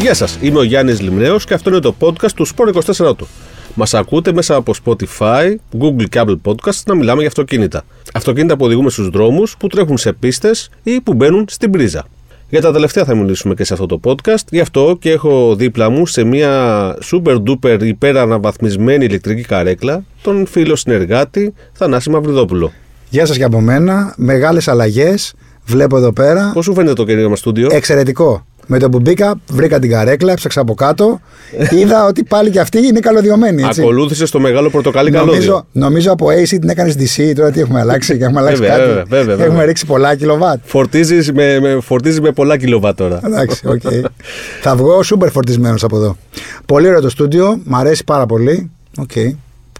Γεια σας, είμαι ο Γιάννης Λιμνέος και αυτό είναι το podcast του Σπόρ 24 του. Μας ακούτε μέσα από Spotify, Google και Apple Podcasts να μιλάμε για αυτοκίνητα. Αυτοκίνητα που οδηγούμε στους δρόμους, που τρέχουν σε πίστες ή που μπαίνουν στην πρίζα. Για τα τελευταία θα μιλήσουμε και σε αυτό το podcast, γι' αυτό και έχω δίπλα μου σε μια super duper υπεραναβαθμισμένη ηλεκτρική καρέκλα τον φίλο συνεργάτη Θανάση Μαυριδόπουλο. Γεια σας και από μένα. Μεγάλες αλλαγές. Βλέπω εδώ πέρα. Πώς σου φαίνεται το καινούριο μας στούντιο? Ε, Εξαιρετικό. Με το που μπήκα, βρήκα την καρέκλα, έψαξα από κάτω. Είδα ότι πάλι και αυτή είναι καλωδιωμένη. Έτσι. Ακολούθησε το μεγάλο πορτοκαλί καλώδιο. Νομίζω, νομίζω από AC την έκανες DC. Τώρα τι έχουμε αλλάξει και έχουμε αλλάξει Βέβαια, κάτι. βέβαια, βέβαια, βέβαια. Έχουμε ρίξει πολλά κιλοβάτ. Φορτίζεις με, με, φορτίζεις με πολλά κιλοβά τώρα. Εντάξει, οκ. Θα βγω σούπερ φορτισμένος από εδώ. Πολύ ωραίο το στούντιο, μ' αρέσει πάρα πολύ. Οκ.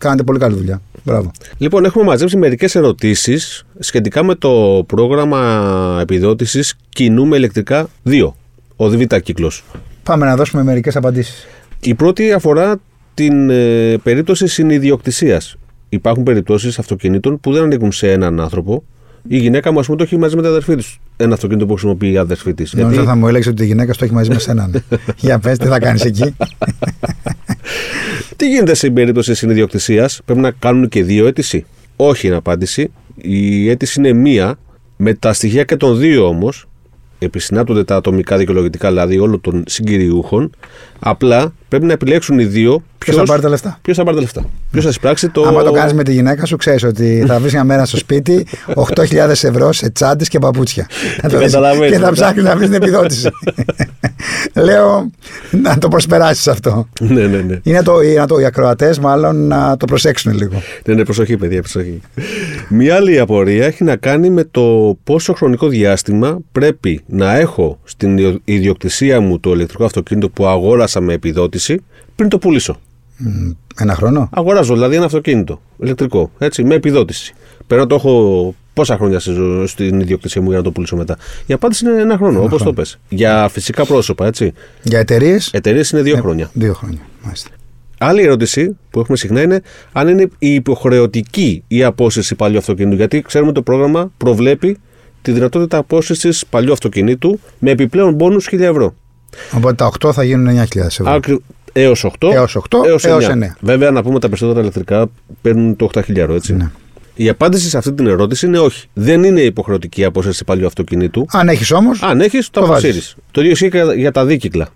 Κάνετε πολύ καλή δουλειά. Μπράβο. Λοιπόν, έχουμε μαζέψει μερικές ερωτήσεις σχετικά με το πρόγραμμα επιδότησης Κινούμε Ελεκτρικά 2, ο ΔΒ κύκλος. Πάμε να δώσουμε μερικές απαντήσεις. Η πρώτη αφορά την ε, περίπτωση συνειδιοκτησίας. Υπάρχουν περιπτώσεις αυτοκινήτων που δεν ανήκουν σε έναν άνθρωπο. Η γυναίκα μου, ας πούμε, το έχει μαζί με την αδερφή της. Ένα αυτοκίνητο που χρησιμοποιεί η αδερφή της. Νομίζω Γιατί- θα μου έλεγες ότι η γυναίκα στο έχει μαζί με σέναν. Για πες, τι θα κάνεις εκεί. Τι γίνεται σε περίπτωση συνειδιοκτησίας, πρέπει να κάνουν και δύο αίτηση. Όχι είναι απάντηση. Η αίτηση είναι μία. Με τα στοιχεία και των δύο όμως, επισυνάπτονται τα ατομικά δικαιολογητικά δηλαδή όλων των συγκυριούχων. Απλά πρέπει να επιλέξουν οι δύο Ποιος θα πάρει τα λεφτά. Ποιος θα πάρει τα λεφτά. Ποιος θα εισπράξει το. Άμα το κάνεις με τη γυναίκα σου, ξέρεις ότι θα βρεις μια μέρα στο σπίτι 8.000 ευρώ σε τσάντες και παπούτσια. Θα το δεις καταλαβαίνεις και θα μετά. ψάχνεις να βρεις την επιδότηση. Λέω να το προσπεράσεις αυτό. ναι, ναι, ναι. Είναι το, να το, οι ακροατές, μάλλον να το προσέξουν λίγο. Ναι, ναι, προσοχή, παιδιά, προσοχή. Μία άλλη απορία έχει να κάνει με το πόσο χρονικό διάστημα πρέπει να έχω στην ιδιο- ιδιοκτησία μου το ηλεκτρικό αυτοκίνητο που αγόρασα με επιδότηση πριν το πουλήσω. Μμ, Ένα χρόνο. Αγοράζω δηλαδή ένα αυτοκίνητο ηλεκτρικό, έτσι, με επιδότηση. Πρέπει να το έχω πόσα χρόνια στη ζω- στην ιδιοκτησία μου για να το πουλήσω μετά. Η απάντηση είναι ένα χρόνο, όπως το πες. Για φυσικά πρόσωπα, έτσι. Για εταιρείες. Εταιρείες είναι Ε, δύο χρόνια. Δύο χρόνια. Μάλιστα. Άλλη ερώτηση που έχουμε συχνά είναι αν είναι η υποχρεωτική η απόσυρση παλιού αυτοκινήτου. Γιατί ξέρουμε το πρόγραμμα προβλέπει τη δυνατότητα απόσυρσης παλιού αυτοκινήτου με επιπλέον πόνου 1000 ευρώ. Οπότε τα 8 θα γίνουν 9.000 ευρώ. Έω 8. Έως 8, έως 9. Βέβαια, να πούμε τα περισσότερα ηλεκτρικά παίρνουν το 8.000, έτσι. Ναι. Η απάντηση σε αυτή την ερώτηση είναι όχι. Δεν είναι υποχρεωτική η απόσυρση παλιού αυτοκινήτου. Αν έχεις όμως. Αν έχεις, το Το βάζεις. αποσύρεις. Το ίδιο ισχύει και για τα δίκυκλα.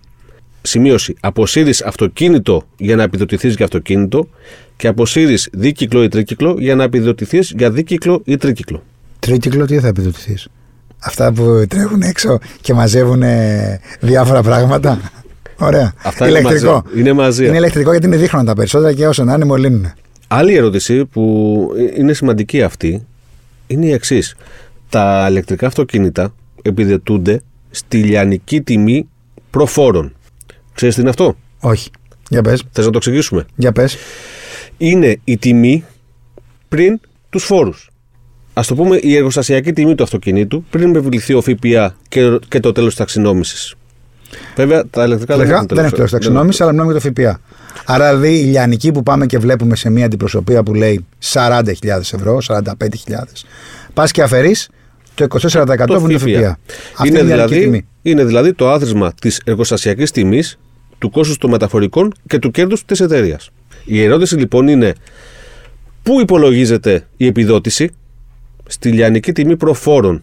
Σημείωση. Αποσύρεις αυτοκίνητο για να επιδοτηθείς για αυτοκίνητο και αποσύρεις δίκυκλο ή τρίκυκλο για να επιδοτηθείς για δίκυκλο ή τρίκυκλο. Τρίκυκλο, τι θα επιδοτηθείς. Αυτά που τρέχουν έξω και μαζεύουν ε, διάφορα πράγματα. Ωραία. Αυτά είναι ηλεκτρικό. μαζί. Είναι μαζί. Είναι ηλεκτρικό γιατί είναι δίχρονα τα περισσότερα και όσο να είναι μολύνουν. Άλλη ερώτηση που ε, είναι σημαντική αυτή είναι η εξής. Τα ηλεκτρικά αυτοκίνητα επιδετούνται στη λιανική τιμή προφόρων. Ξέρεις τι είναι αυτό? Όχι. Για πες. Θες να το εξηγήσουμε. Για πες. είναι η τιμή πριν τους φόρους. Ας το πούμε, η εργοστασιακή τιμή του αυτοκινήτου πριν επιβληθεί ο ΦΠΑ και, και το τέλος της ταξινόμησης. Βέβαια, τα ηλεκτρικά Τελικά, έχουν δεν έχει τέλος. πλέον ταξινόμηση, αλλά μιλάμε για το ΦΠΑ. Άρα, δηλαδή, η λιανική που πάμε και βλέπουμε σε μια αντιπροσωπεία που λέει 40.000 ευρώ, 45.000, πας και αφαιρείς το 24% Το που είναι το ΦΠΑ. ΦΠΑ. Αυτή Είναι, η λιανική δηλαδή, τιμή. είναι δηλαδή το άθροισμα της εργοστασιακής τιμής, του κόστους των μεταφορικών και του κέρδους της εταιρείας. Η ερώτηση λοιπόν είναι πού υπολογίζεται η επιδότηση στη λιανική τιμή προφόρων.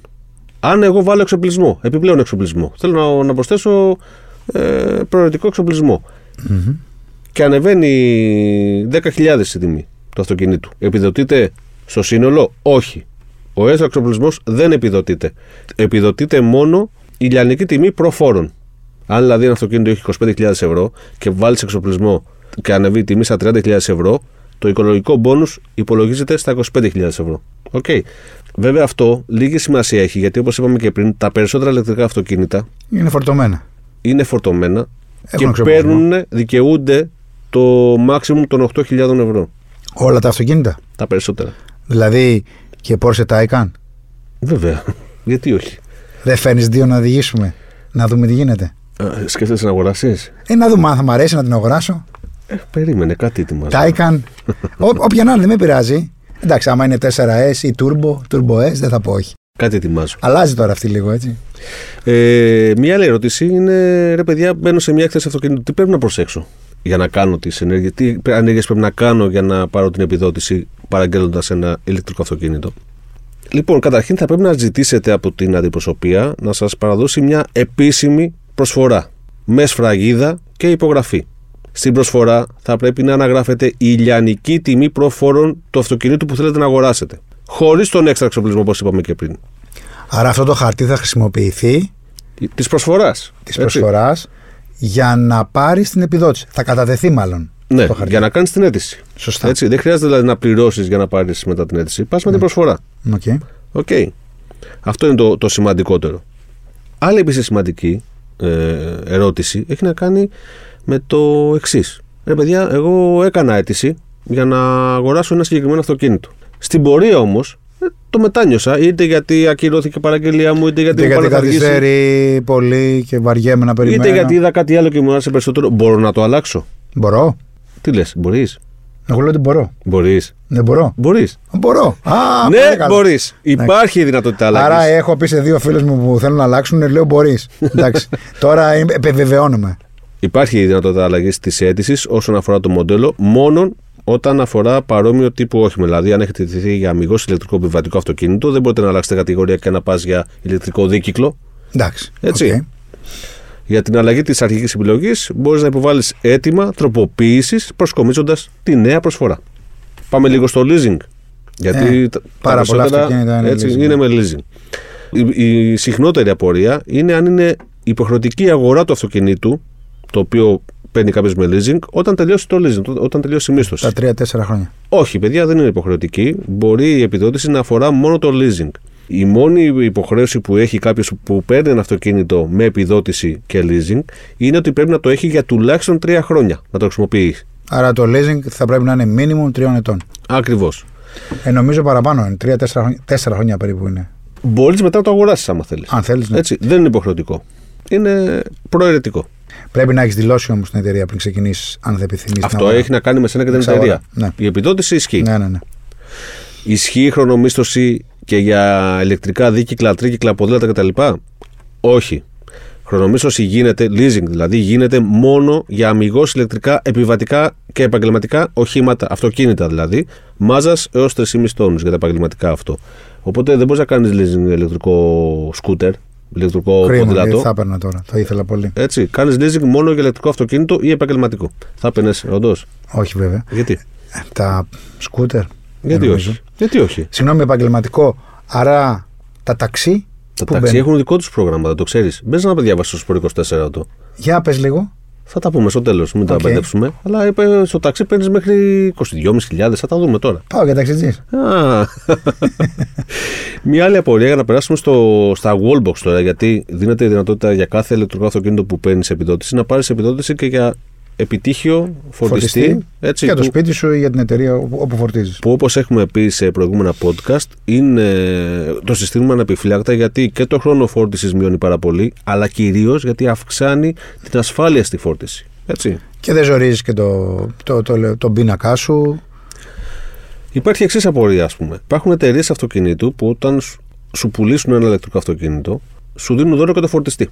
Αν εγώ βάλω εξοπλισμό, επιπλέον εξοπλισμό, θέλω να, να προσθέσω ε, προαιρετικό εξοπλισμό. Και ανεβαίνει 10.000 η τιμή του αυτοκινήτου. Επιδοτείται στο σύνολο, όχι. Ο έξω εξοπλισμός δεν επιδοτείται. Επιδοτείται μόνο η λιανική τιμή προφόρων. Αν δηλαδή ένα αυτοκίνητο έχει 25.000 ευρώ και βάλεις εξοπλισμό και ανεβεί η τιμή στα 30.000 ευρώ, το οικολογικό μπόνους υπολογίζεται στα 25.000 ευρώ. Οκ. Βέβαια αυτό λίγη σημασία έχει γιατί όπως είπαμε και πριν, τα περισσότερα ηλεκτρικά αυτοκίνητα Είναι φορτωμένα. είναι φορτωμένα και εξοπλισμό. παίρνουν, δικαιούνται το maximum των 8.000 ευρώ. Όλα τα αυτοκίνητα. Τα περισσότερα. Δηλαδή, και Porsche Taycan. Βέβαια. Γιατί όχι. Δεν φέρνει δύο να οδηγήσουμε. Να δούμε τι γίνεται. Ε, Σκέφτεσαι να αγοράσεις. Ε, να δούμε αν θα μου αρέσει να την αγοράσω. Ε, περίμενε κάτι ετοιμάζει. Taycan. Ό- Όποια να είναι, δεν με πειράζει. Εντάξει, άμα είναι 4S ή Turbo, Turbo S, δεν θα πω όχι. Κάτι ετοιμάζω. Αλλάζει τώρα αυτή λίγο, έτσι. Ε, μία άλλη ερώτηση είναι, ρε παιδιά, μπαίνω σε μια έκθεση αυτοκίνητου. Τι πρέπει να προσέξω για να κάνω τις ενέργειες, τι ανέργειες πρέπει να κάνω για να πάρω την επιδότηση παραγγέλλοντας ένα ηλεκτρικό αυτοκίνητο. Λοιπόν, καταρχήν θα πρέπει να ζητήσετε από την αντιπροσωπεία να σας παραδώσει μια επίσημη προσφορά με σφραγίδα και υπογραφή. Στην προσφορά θα πρέπει να αναγράφετε η ηλιανική τιμή προφόρων του αυτοκινήτου που θέλετε να αγοράσετε. Χωρίς τον έξτρα εξοπλισμό, όπως είπαμε και πριν. Άρα αυτό το χαρτί θα χρησιμοποιηθεί Της προσφοράς. της προσφοράς για να πάρει την επιδότηση. Θα κατατεθεί μάλλον Ναι, το χαρτί. για να κάνεις την αίτηση. Σωστά. Έτσι, δεν χρειάζεται δηλαδή να πληρώσεις για να πάρεις μετά την αίτηση. Πας Ναι. με την προσφορά. Οκ. Οκ. Αυτό είναι το, το σημαντικότερο. Άλλη επίσης σημαντική ε, ερώτηση έχει να κάνει με το εξής. Ρε παιδιά, εγώ έκανα αίτηση για να αγοράσω ένα συγκεκριμένο αυτοκίνητο. Στην πορεία όμως το μετάνιωσα, είτε γιατί ακυρώθηκε η παραγγελία μου, είτε γιατί Είτε μου γιατί πάνε να λοιπόν αργήσει, καθυστερεί πολύ και βαριέμαι να περιμένω. είτε γιατί είδα κάτι άλλο και μου άρεσε περισσότερο. Μπορώ να το αλλάξω. Μπορώ. Τι λες, μπορείς. Εγώ λέω ότι μπορώ. Μπορείς. Δεν μπορώ. Μπορείς. Μπορώ. Α, Ναι, παρακαλώ. μπορεί. Υπάρχει η δυνατότητα Άρα ε- αλλαγής. έχω πει σε δύο φίλους μου που θέλουν να αλλάξουν, λέω μπορείς. Εντάξει. Τώρα είμαι- επιβεβαιώνομαι. Υπάρχει η δυνατότητα αλλαγής της αίτησης όσον αφορά το μοντέλο, μόνον όταν αφορά παρόμοιο τύπου όχημα. Δηλαδή, αν έχετε τηθεί για αμυγός ηλεκτρικό επιβατικό αυτοκίνητο, δεν μπορείτε να αλλάξετε κατηγορία και να πας για ηλεκτρικό δίκυκλο. Εντάξει. Έτσι. Οκ. Για την αλλαγή της αρχικής επιλογής, μπορείς να υποβάλεις αίτημα τροποποίησης προσκομίζοντας τη νέα προσφορά. Πάμε λίγο στο leasing. Γιατί Ε, τα- τα πάρα πολλά περισσότερα, αυτοκίνητα είναι έτσι, leasing. ναι. είναι με leasing. Η, η συχνότερη απορία είναι αν είναι υποχρεωτική αγορά του αυτοκινήτου, το οποίο παίρνει κάποιος με leasing, όταν τελειώσει το leasing, το- όταν τελειώσει η μίσθωση. Τα τρία-τέσσερα χρόνια. Όχι, παιδιά, δεν είναι υποχρεωτική. Μπορεί η επιδότηση να αφορά μόνο το leasing. Η μόνη υποχρέωση που έχει κάποιος που παίρνει ένα αυτοκίνητο με επιδότηση και leasing είναι ότι πρέπει να το έχει για τουλάχιστον τρία χρόνια να το χρησιμοποιεί. Άρα το leasing θα πρέπει να είναι minimum τριών ετών. Ακριβώς. Ε, νομίζω παραπάνω είναι. Τρία-τέσσερα χρόνια, τέσσερα χρόνια περίπου είναι. Μπορείς μετά να το αγοράσεις, άμα θέλεις. Αν θέλεις. Ναι. Έτσι, δεν είναι υποχρεωτικό. Είναι προαιρετικό. Πρέπει να έχεις δηλώσει όμως την εταιρεία πριν ξεκινήσεις, αν δεν επιθυμείς. Αυτό έχει να κάνει με σένα και την Εξαγορά. εταιρεία. Ναι. Η επιδότηση ισχύει. Ναι, ναι, ναι. Ισχύει η χρονομίσθωση και για ηλεκτρικά δίκυκλα, τρίκυκλα, ποδήλατα κτλ. Όχι. Χρονομίσθωση γίνεται, leasing δηλαδή, γίνεται μόνο για αμυγός ηλεκτρικά, επιβατικά και επαγγελματικά οχήματα, αυτοκίνητα δηλαδή, μάζας έως 3,5 τόνους για τα επαγγελματικά αυτό. Οπότε δεν μπορείς να κάνεις leasing ηλεκτρικό σκούτερ, ηλεκτρικό Κρίμα, γιατί ποδήλατο. θα έπαιρνα τώρα. Το ήθελα πολύ. Έτσι, κάνει leasing μόνο για ηλεκτρικό αυτοκίνητο ή επαγγελματικό. Θα παίρνει, όντως. Όχι, βέβαια. Γιατί, Ε, Τα σκούτερ. δεν γιατί νομίζω. όχι. Γιατί όχι. Συγγνώμη, επαγγελματικό. Άρα τα ταξί. Τα που ταξί μπαίνουν. έχουν δικό τους πρόγραμμα, το ξέρεις. Μπες να διαβάσεις στο σπορ 24 το. Για πες λίγο. Θα τα πούμε στο τέλος, μην τα Οκ. μπερδέψουμε. Αλλά είπε, στο ταξί παίρνεις μέχρι 22.500, θα τα δούμε τώρα. Πάω για ταξιτζής. Α. Μια άλλη απορία για να περάσουμε στο, στα wallbox τώρα, γιατί δίνεται η δυνατότητα για κάθε ηλεκτρικό αυτοκίνητο που παίρνεις επιδότηση να πάρεις επιδότηση και για επιτύχιο φορτιστή. έτσι, για το που- σπίτι σου ή για την εταιρεία όπου όπου φορτίζεις. που όπως έχουμε πει σε προηγούμενα podcast είναι, το συστήνουμε ανεπιφυλάκτα γιατί και το χρόνο φόρτισης μειώνει πάρα πολύ αλλά κυρίως γιατί αυξάνει την ασφάλεια στη φόρτιση. Έτσι. Και δεν ζορίζεις και το, το, το, το, τον πίνακά σου. Υπάρχει εξής απορία, ας πούμε. Υπάρχουν εταιρείες αυτοκινήτου που όταν σου- σου πουλήσουν ένα ηλεκτρικό αυτοκίνητο, σου δίνουν δώρο και το φορτιστή.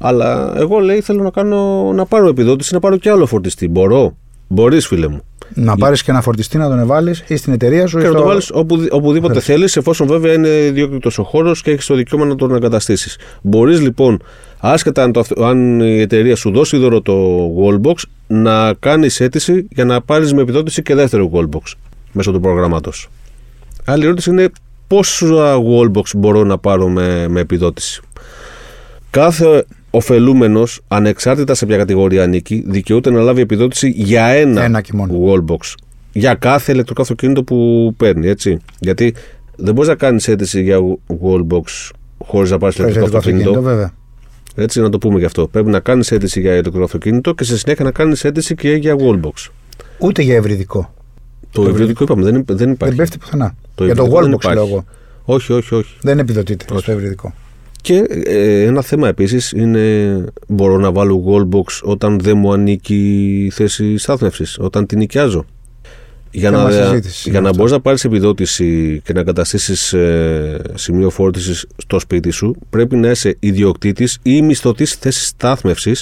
Αλλά εγώ λέει θέλω να, κάνω, να πάρω επιδότηση, να πάρω και άλλο φορτιστή. Μπορώ. Μπορείς φίλε μου. Να πάρεις και ένα φορτιστή να τον βάλεις ή στην εταιρεία σου. Και ή να στο- το βάλει οπουδήποτε θέλεις, εφόσον βέβαια είναι διόκριτο ο χώρος και έχεις το δικαίωμα να τον εγκαταστήσεις. Μπορείς λοιπόν, άσχετα αν, το, αυτο- αν η εταιρεία σου δώσει δώρο το Wallbox, να κάνεις αίτηση για να πάρεις με επιδότηση και δεύτερο Wallbox μέσω του προγράμματος. Άλλη ερώτηση είναι πόσα Wallbox μπορώ να πάρω με, με επιδότηση. Κάθε ωφελούμενος, ανεξάρτητα σε ποια κατηγορία ανήκει, δικαιούται να λάβει επιδότηση για ένα, Ένα και μόνο. wallbox. Για κάθε ηλεκτρικό αυτοκίνητο που παίρνει, έτσι. Γιατί δεν μπορείς να κάνεις αίτηση για wallbox χωρίς να πάρεις στο ηλεκτρικό αυτοκίνητο. βέβαια. Έτσι, να το πούμε γι' αυτό. Πρέπει να κάνεις αίτηση για ηλεκτρικό αυτοκίνητο και στη συνέχεια να κάνεις αίτηση και για wallbox. Ούτε για ευρυδικό. Το υβριδικό είπαμε, δεν, υπ- δεν Δεν υπάρχει. πέφτει πουθενά. για το υβριδικό δεν wallbox υπάρχει. λέω εγώ. Όχι, όχι, όχι. Δεν επιδοτείται στο ευρυδικό. Και ε, ένα θέμα επίσης είναι μπορώ να βάλω wallbox όταν δεν μου ανήκει η θέση στάθμευσης, όταν την νοικιάζω. Για Θέμα να, συζήτησης για είναι να αυτό. μπορείς να πάρεις επιδότηση και να καταστήσεις σημείο φόρτισης στο σπίτι σου, πρέπει να είσαι ιδιοκτήτης ή μισθωτής θέσης στάθμευσης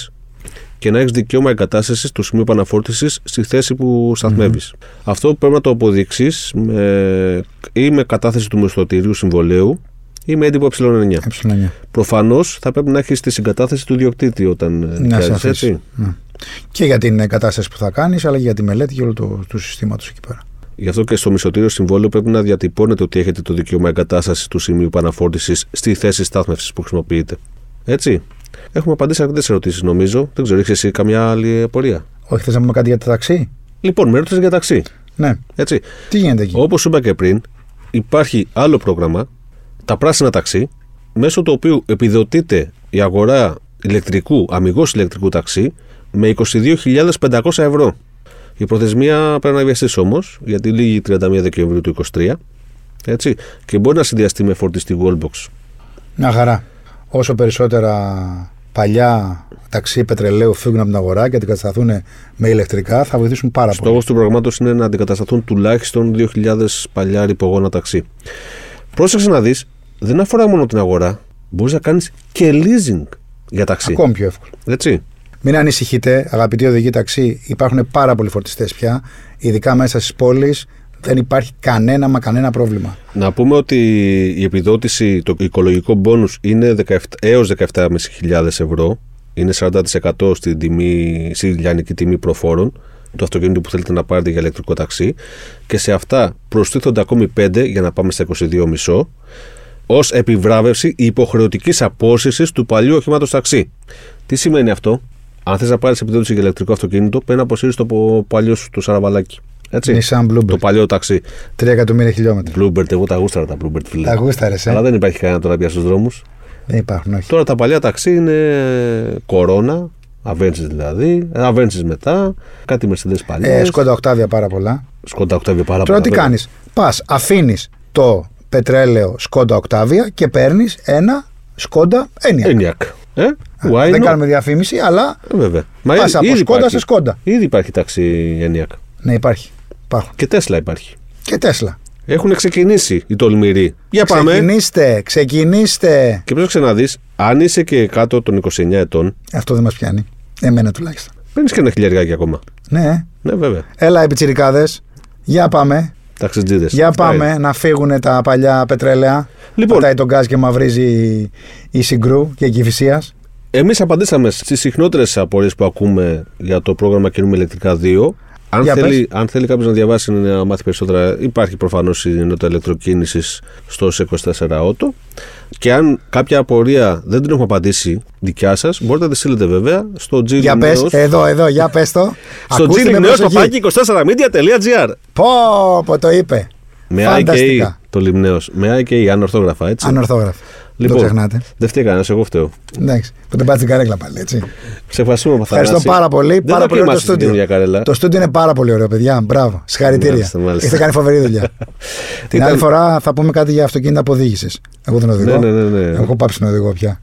και να έχεις δικαίωμα εγκατάστασης του σημείου επαναφόρτιση στη θέση που σταθμεύεις. Αυτό πρέπει να το αποδείξεις ή με κατάθεση του μισθωτηρίου συμβολέου ή με έντυπο ε9. Ε9. Προφανώς θα πρέπει να έχεις τη συγκατάθεση του ιδιοκτήτη όταν ε, Να σε νοικιάζεις, αφήσει. έτσι. Ναι. Και για την ε, κατάσταση που θα κάνεις, αλλά και για τη μελέτη και όλο το, του συστήματος εκεί πέρα. Γι' αυτό και στο μισοτήριο συμβόλαιο πρέπει να διατυπώνετε ότι έχετε το δικαίωμα εγκατάστασης του σημείου επαναφόρτιση στη θέση στάθμευσης που χρησιμοποιείτε. Έτσι. Έχουμε απαντήσει αρκετές ερωτήσεις, νομίζω. Δεν ξέρω, έχεις εσύ καμιά άλλη απορία. Όχι, θες να πούμε κάτι για τα ταξί. Λοιπόν, με ρώτησες για ταξί. Ναι. Έτσι. Τι γίνεται εκεί. Όπως είπα και πριν, υπάρχει άλλο πρόγραμμα, τα πράσινα ταξί, μέσω του οποίου επιδοτείται η αγορά ηλεκτρικού, αμυγός ηλεκτρικού ταξί, με 22.500 ευρώ. Η προθεσμία πρέπει να βιαστείς όμως, γιατί λύγει 31 Δεκεμβρίου του 23. Έτσι, και μπορεί να συνδυαστεί με φορτιστή wallbox. Μια χαρά. Όσο περισσότερα παλιά ταξί πετρελαίου φύγουν από την αγορά και αντικατασταθούν με ηλεκτρικά, θα βοηθήσουν πάρα πολύ. Στόχο του προγράμματο είναι να αντικατασταθούν τουλάχιστον 2.000 παλιά ρηπογόνα ταξί. Πρόσεξε να δεις, δεν αφορά μόνο την αγορά. Μπορείς να κάνεις και leasing για ταξί. Ακόμη πιο εύκολο. Έτσι. Μην ανησυχείτε, αγαπητοί οδηγοί ταξί, υπάρχουν πάρα πολλοί φορτιστές πια, ειδικά μέσα στις πόλεις. Δεν υπάρχει κανένα μα κανένα πρόβλημα. Να πούμε ότι η επιδότηση, το οικολογικό μπόνους είναι 17, έως 17.500 ευρώ. Είναι 40% στην τιμή, στη λιανική τιμή προφόρων του αυτοκίνητου που θέλετε να πάρετε για ηλεκτρικό ταξί. Και σε αυτά προστίθονται ακόμη 5 για να πάμε στα 22,5 ως επιβράβευση υποχρεωτικής απόσυρσης του παλιού οχήματος ταξί. Τι σημαίνει αυτό? Αν θες να πάρεις επιδότηση για ηλεκτρικό αυτοκίνητο, πρέπει να αποσύρεις το πο- παλιό σου το σαραβαλάκι. Έτσι, Nissan Bluebird. το παλιό ταξί. 3 εκατομμύρια χιλιόμετρα. Bluebird, εγώ τα γούσταρα τα Bluebird, φίλε. Τα γούσταρε, ε. Αλλά δεν υπάρχει κανένα τώρα πια στους δρόμους. Δεν υπάρχουν, όχι. Τώρα τα παλιά ταξί είναι κορώνα, Avensis δηλαδή, Avensis μετά, κάτι Mercedes παλιές. Ε, Σκόντα οκτάβια πάρα πολλά. Σκόντα Οκτώβιο πάρα Τώρα τι πολλά, βέβαια. κάνεις. Πας, αφήνεις το πετρέλαιο Σκόντα οκτάβια και παίρνεις ένα Σκόντα έννοια. Enyaq. Ε, why Δεν not? κάνουμε διαφήμιση, αλλά Ε, βέβαια. Μα Πας ήδη- από ήδη Skoda υπάρχει. σε Skoda. Ήδη υπάρχει ταξί Enyaq. ναι, υπάρχει. Υπάρχουν. Και Tesla υπάρχει. Και Τέσλα. Έχουν ξεκινήσει οι τολμηροί. Για πάμε. Ξεκινήστε, ξεκινήστε. Και πρόσεξε να δει, αν είσαι και κάτω των 29 ετών, Αυτό δεν μας πιάνει. Εμένα τουλάχιστον. παίρνεις και ένα χιλιαράκι ακόμα. Ναι. ε. Ναι, βέβαια. Έλα, επιτσιρικάδε. Για πάμε. Ταξιτζίδε. Για πάμε να φύγουν τα παλιά πετρέλαια. Λοιπόν. Πατάει τον γκάζ και μαυρίζει η Συγκρού και η Κυφυσίας. Εμείς απαντήσαμε στις συχνότερες απορίες που ακούμε για το πρόγραμμα Κινούμε Ελεκτρικά 2. Αν Για θέλει, αν θέλει κάποιος να διαβάσει να μάθει περισσότερα, υπάρχει προφανώς η ενότητα ηλεκτροκίνησης στο 24 Ότο. Και αν κάποια απορία δεν την έχουμε απαντήσει δικιά σας, μπορείτε να τη στείλετε βέβαια στο Gili Για πες, News. εδώ, εδώ, για πες το. Στο Ακούστε με Gili News, προσοχή. παπάκι 24media.gr. Πω, πω, το είπε. Με IKE Φανταστικά. το λιμνέος. Με IKE ανορθόγραφα, έτσι. Ανορθόγραφο. Δεν το Λοιπόν, ξεχνάτε. δεν φταίει κανένας, εγώ φταίω. Εντάξει, που δεν πάτε την καρέκλα πάλι, έτσι. Σε ευχαριστούμε, Παθανάση. Ευχαριστώ πάρα πολύ. Δεν πάρα θα πολύ ωραίο το κρεμάσεις την καινούργια καρέλα. στούντιο. Το στούντιο είναι πάρα πολύ ωραίο, παιδιά. Μπράβο. Συγχαρητήρια. Μάλιστα, μάλιστα. Έχετε κάνει φοβερή δουλειά. την άλλη φορά θα πούμε κάτι για αυτοκίνητα αποδήγησης. Εγώ δεν οδηγώ. Ναι, ναι, ναι, ναι. Έχω πάψει να οδηγώ πια.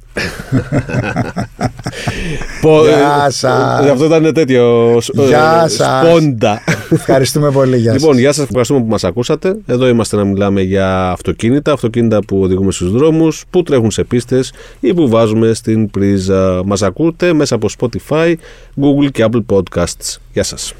Πο- Γεια ε, σας. ε, Αυτό ήταν τέτοιο. σ- ε, Γεια σας. Σπόντα. Ευχαριστούμε πολύ. Γεια σας. λοιπόν, γεια σας, ευχαριστούμε που μας ακούσατε. Εδώ είμαστε να μιλάμε για αυτοκίνητα, αυτοκίνητα που οδηγούμε στους δρόμους, που τρέχουν σε πίστες ή που βάζουμε στην πρίζα. Μας ακούτε μέσα από Spotify, Google και Apple Podcasts. Γεια σας.